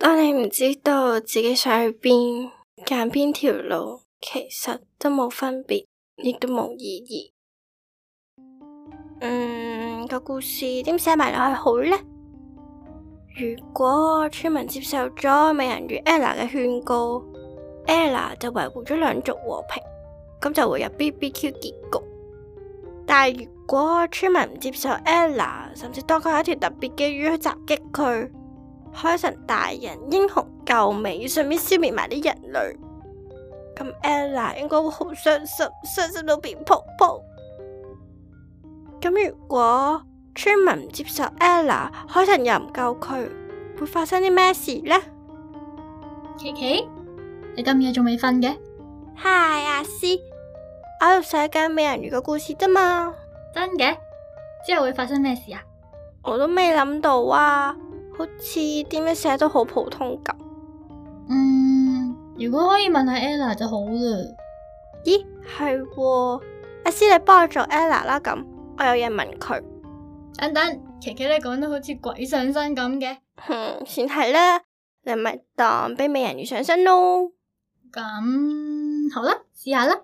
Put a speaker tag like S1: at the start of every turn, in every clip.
S1: 我哋唔知道自己想去邊，揀邊條路，其實都冇分別，亦都冇意義。嗯，個故事點寫埋落去好呢？如果村民接受咗美人魚 Ella 嘅勸告，Ella 就維護咗兩族和平，咁就會有 BBQ 結局。但係如果村民唔接受 Ella，甚至當佢係一條特別嘅魚去襲擊佢，海神大人英雄救美，順便消滅埋啲人類，咁 Ella 應該會好傷心，傷心到變泡泡。咁如果村民唔接受 Ella，海神又唔救佢，會發生啲咩事呢？
S2: 琪琪，你咁夜仲未瞓嘅？
S1: 嗨，阿詩，我喺度寫緊美人魚嘅故事啫嘛，
S2: 真嘅？之後會發生咩事啊？
S1: 我都未諗到啊，好似點樣寫都好普通咁。
S2: 嗯，如果可以問下 Ella 就好啦。
S1: 咦，係喎，阿詩你幫我做 Ella 啦咁，我有嘢問佢。
S2: 等等，琪琪你講得好似鬼上身咁嘅。
S1: 哼，算係啦，你咪當俾美人魚上身咯。
S2: 咁好啦，試下啦。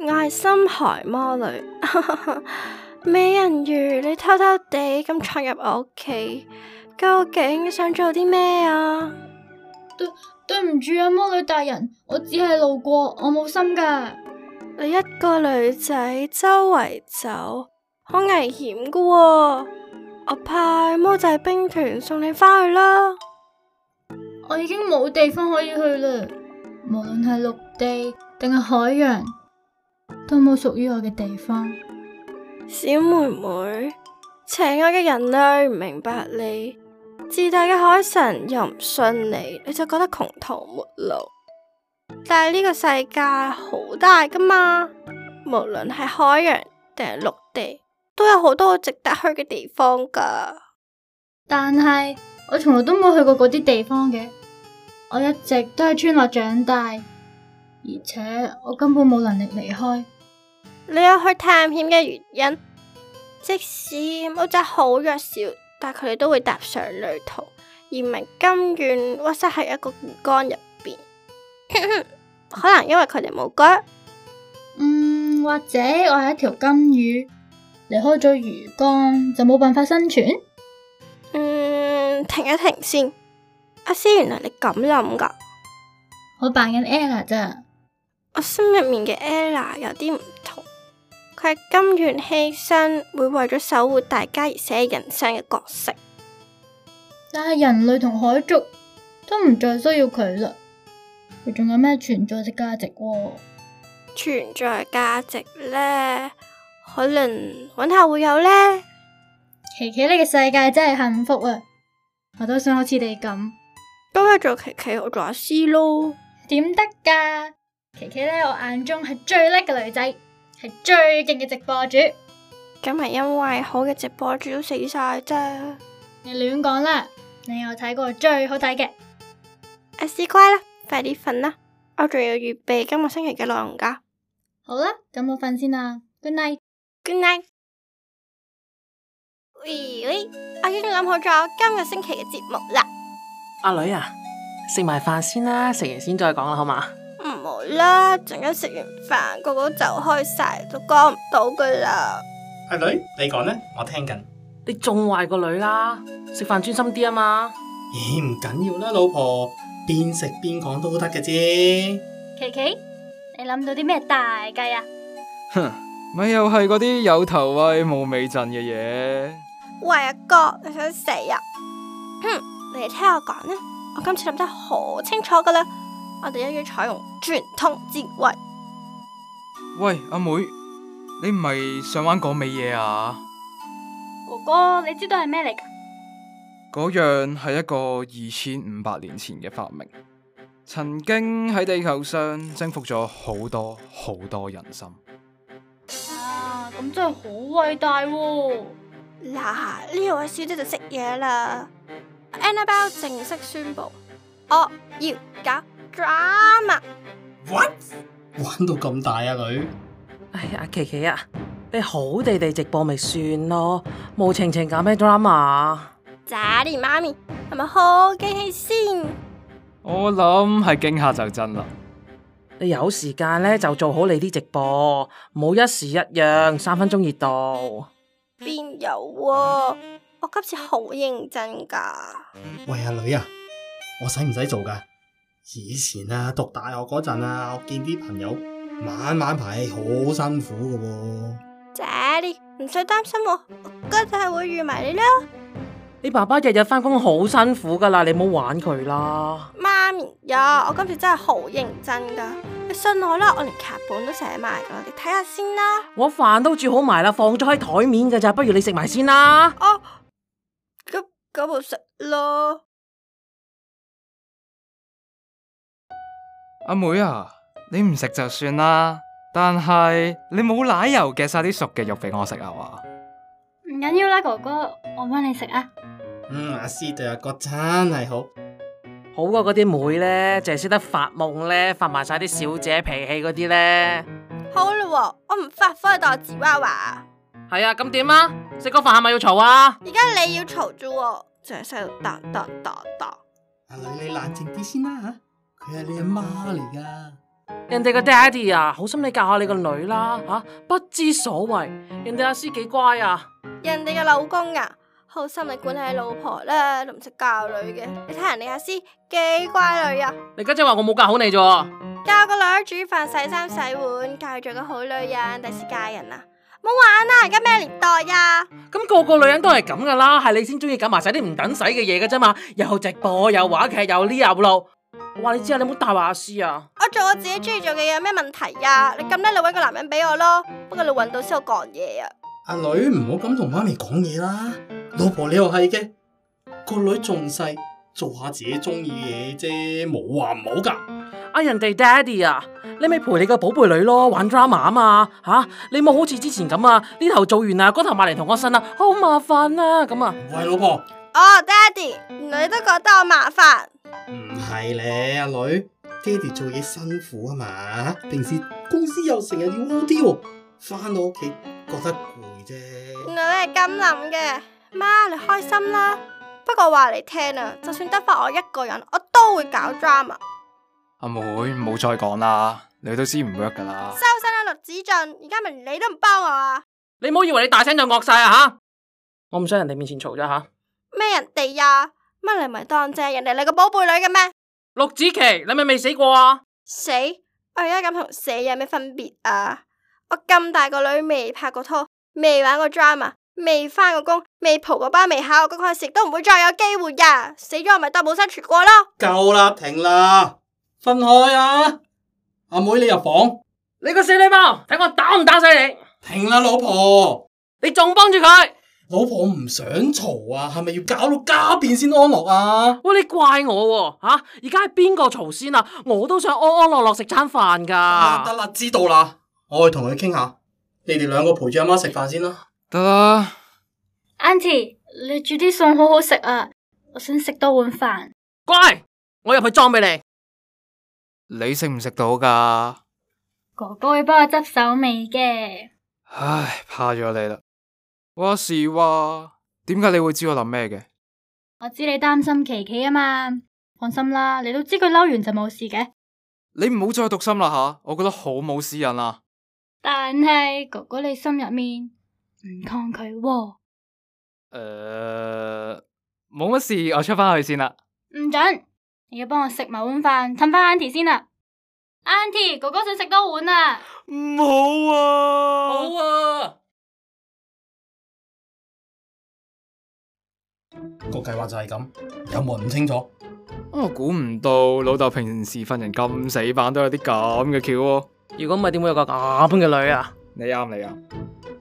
S1: 我係深海魔女， 美人魚，你偷偷地咁闖入我屋企，究竟想做啲咩啊？
S2: 對唔住啊，魔女大人，我只係路過，我冇心噶。
S1: 你一個女仔周圍走，好危險噶喎！我派魔仔兵團送你返去啦。
S2: 我已經冇地方可以去啦，無論係陸地定係海洋，都冇屬於我嘅地方。
S1: 小妹妹，邪惡嘅人類唔明白你，自大嘅海神又唔信你，你就覺得窮途末路。但係呢個世界好大噶嘛，無論係海洋定係陸地，都有好多值得去嘅地方噶。
S2: 但係我從來都冇去過嗰啲地方嘅，我一直都喺村落長大，而且我根本冇能力離開。
S1: 你有去探險嘅原因，即使貓仔好弱小，但佢哋都會踏上旅途，而唔係甘願屈膝喺一個魚缸入邊。 可能因為佢哋冇腳，
S2: 嗯，或者我係一條金魚，離開咗魚缸就冇辦法生存。
S1: 嗯，停一停先。阿詩，原來你咁諗噶，
S2: 我扮緊 Ella 咋，
S1: 我心入面嘅 Ella 有啲唔同，佢係甘願犧牲，會為咗守護大家而寫人生嘅角色。
S2: 但係人類同海族都唔再需要佢啦，佢仲有咩存在嘅價值喎？
S1: 存在價值呢，可能揾下會有呢。
S2: 琪琪，你嘅世界真係幸福啊！我都想好似你咁，
S1: 都係做琪琪，我做阿詩咯。
S2: 點得噶？琪琪咧，我眼中係最叻嘅女仔，係最勁嘅直播主。
S1: 咁係因為好嘅直播主都死晒啫。
S2: 你亂講啦！你有睇過最好睇嘅。
S1: 阿詩乖啦，快啲瞓啦，我仲要預備今個星期嘅內容噶。
S2: 好啦，咁我瞓先啦，Good night。
S1: Good night。喂喂，我已經諗好咗今個星期嘅節目啦。
S3: 阿女啊，食埋飯先啦，食完先再講啦，好嘛？
S1: 唔好啦，陣間食完飯個個走開晒，都講唔到噶啦。
S4: 阿女，你講呢？我聽緊。
S3: 你仲壞個女啦，食飯專心啲啊嘛。
S4: 咦，唔緊要啦，老婆，邊食邊講都得嘅啫。
S2: 琪琪，你諗到啲咩大計啊？
S5: 哼，咪又係嗰啲有頭威冇尾陣嘅嘢。
S1: 喂阿哥，你想死啊？哼，你哋聽我講呢，我今次諗得好清楚噶啦，我哋一於採用傳統智慧。
S5: 喂，阿妹，你唔係上灣講尾嘢啊？
S2: 哥哥，你知道係咩嚟噶？
S5: 嗰樣係一個二千五百年前嘅發明，曾經喺地球上征服咗好多好多人心。
S2: 啊，咁真係好偉大喎、
S1: 嗱，呢位小姐就識嘢啦。Annabelle 正式宣布，我要搞 drama。
S4: What？玩到咁大啊，女？
S3: 哎呀，琪琪啊，你好地地直播咪算咯，無情情搞咩 drama 啊？
S1: 渣啲媽咪，係咪好驚喜先？
S5: 我諗係驚嚇就真啦。
S3: 你有時間咧就做好你啲直播，唔好一時一樣三分鐘熱度。
S1: 邊有喎、我今次好認真㗎。
S4: 喂阿女啊，我使唔使做噶？以前啊，讀大學嗰陣啊，我見啲朋友晚晚排戲好辛苦噶喎、
S1: 姐，你唔使擔心我，我家陣係會預埋你啦。
S3: 你爸爸日日翻工好辛苦噶啦，你唔好玩佢啦。
S1: 媽咪呀，我今次真係好認真噶，你信我啦，我連劇本都寫埋噶，你睇下先啦。
S3: 我飯都煮好埋啦，放咗喺台面噶咋，不如你食埋先啦。
S1: 哦，咁咁咪食咯。
S5: 阿妹啊，你唔食就算啦，但係你冇奶油嘅晒啲熟嘅肉俾我食啊嘛。
S2: 唔緊要啦，哥哥，我幫你食啊。
S4: 嗯，阿師對阿哥真係好。
S3: 好過嗰啲妹咧，淨係識得發夢咧，發埋晒啲小姐脾氣嗰啲咧。
S1: 好啦喎，我唔發火你當我芝娃娃。
S3: 係啊，咁點啊？食個飯係咪要嘈啊？
S1: 而家你要嘈啫喎，淨係喺度噹噹噹噹。
S4: 阿女你冷靜啲先啦吓，佢係你阿媽嚟噶。
S3: 人哋個爹哋啊，好心你教下你個女啦吓、不知所謂。人哋阿師幾乖啊，
S1: 人哋嘅老公啊，好心你管下你老婆啦，都唔識教女嘅。你睇人哋阿師幾乖女啊！
S3: 你家姐話我冇教好你啫喎。
S1: 教個女煮飯、洗衫、洗碗，教佢做個好女人，第時嫁人啊！冇玩啦，而家咩年代啊呀、
S3: 咁個個女人都係咁噶啦，係你先中意搞埋晒啲唔等使嘅嘢嘅啫嘛，又直播又話劇又呢又路。我話你知啊，你唔好大話阿師啊！
S1: 我做我自己中意做嘅嘢，有咩問題呀、你咁叻，你搵個男人俾我咯。不過你搵到先我講嘢啊！
S4: 阿女唔好咁同媽咪講嘢啦，老婆你又係嘅，個女仲細，做下自己中意嘅嘢啫，冇話唔好噶。
S3: 啊人哋爹哋啊，你咪陪你個寶貝女咯，玩 drama 啊嘛吓、你冇好似之前咁啊，呢頭做完啊，嗰頭埋嚟同我呻啊，好麻煩啊咁啊！
S4: 喂，老婆，
S1: 哦，爹哋，原來你都覺得我麻煩。
S4: 唔係咧，阿女，爹哋做嘢辛苦啊嘛，平時公司又成日要 O T 喎，翻到屋企覺得攰啫。
S1: 原來你係咁諗嘅，媽你開心啦。不過話你聽啊，就算得翻我一個人，我都會搞 drama。
S5: 阿妹唔好再講啦，你都知唔 work 噶啦
S1: 收。身啦，陸子俊，而家咪連你都唔幫我啊！
S3: 你唔好以為你大聲就惡晒啊吓！我唔想人哋面前嘈咗吓。
S1: 咩人哋呀？乜你咪當正人哋你個寶貝女嘅咩？
S3: 陸子琪，你咪未死過啊？
S1: 死！我而家咁同死有咩分別啊？我咁大個女未拍過拖，未玩過 drama，未返過工，未蒲過班，未考過公開試，都唔會再有機會呀！死咗我咪當冇生存過咯！
S4: 夠啦，停啦，分開啊！阿妹你入房，
S3: 你個死女包，睇我打唔打死你！
S4: 停啦，老婆。
S3: 你仲幫住佢？
S4: 老婆唔想嘈啊，係咪要搞到家變先安樂啊？
S3: 喂，你怪我喎、吓！而家係邊個嘈先啊？我都想安安樂樂食餐飯
S4: 啊，得
S3: 噶。
S4: 啦，知道啦，我去同佢傾下。你哋兩個陪住阿媽食飯先啦。
S5: 得啦，
S2: Auntie，你煮啲餸好好食啊，我想食多碗飯。
S3: 乖，我入去裝俾你。
S5: 你食唔食到噶？
S2: 哥哥會幫我執手尾嘅，
S5: 唉，怕咗你啦。話時話，點解你會知我諗咩嘅？
S2: 我知你擔心琪琪啊嘛，放心啦，你都知佢嬲完就冇事嘅。
S5: 你唔好再讀心啦吓，我覺得好冇私隱啊。
S2: 但係哥哥你心入面唔抗拒喎、
S5: 誒、冇乜事，我出翻去先啦。
S2: 唔准！你要幫我食埋碗飯，氹翻 Auntie 先啦。Auntie，哥哥想食多碗啊！
S5: 唔好啊！
S3: 啊，
S4: 個計劃就係咁，有冇人唔清楚？
S5: 我估唔到老豆平時份人咁死板，都有啲咁嘅橋喎。
S3: 如果唔係點會有個咁嘅女啊？
S5: 你啱，你啱。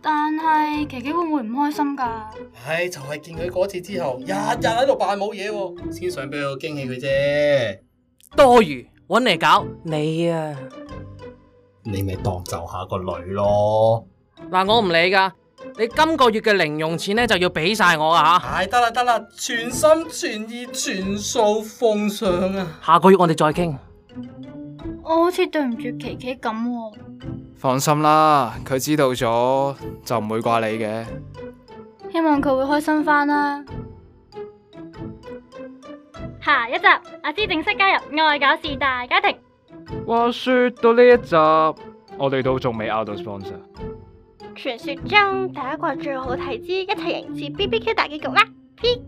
S2: 但係琪琪會唔會唔開心噶？
S4: 唉，就係見佢嗰次之後，日日喺度扮冇嘢喎，先想俾我驚喜佢啫。
S3: 多餘，搵嚟搞你啊！
S4: 你咪當就下個女咯。
S3: 嗱，我唔理噶，你今個月嘅零用錢咧就要俾晒我啊
S4: 唉，得啦得啦，全心全意全數奉上啊！
S3: 吓！下個月我哋再傾。
S2: 我好似對唔住琪琪咁喎、
S5: 放心啦，佢知道咗就唔會怪你嘅。
S2: 希望佢會開心翻啦。
S6: 下一集阿芝正式加入愛搞事大家庭。
S5: 話說到呢一集，我哋都仲未 out 到 sponsor。
S2: 傳說中第一季最好睇之一齊迎接 B B Q 大結局啦！P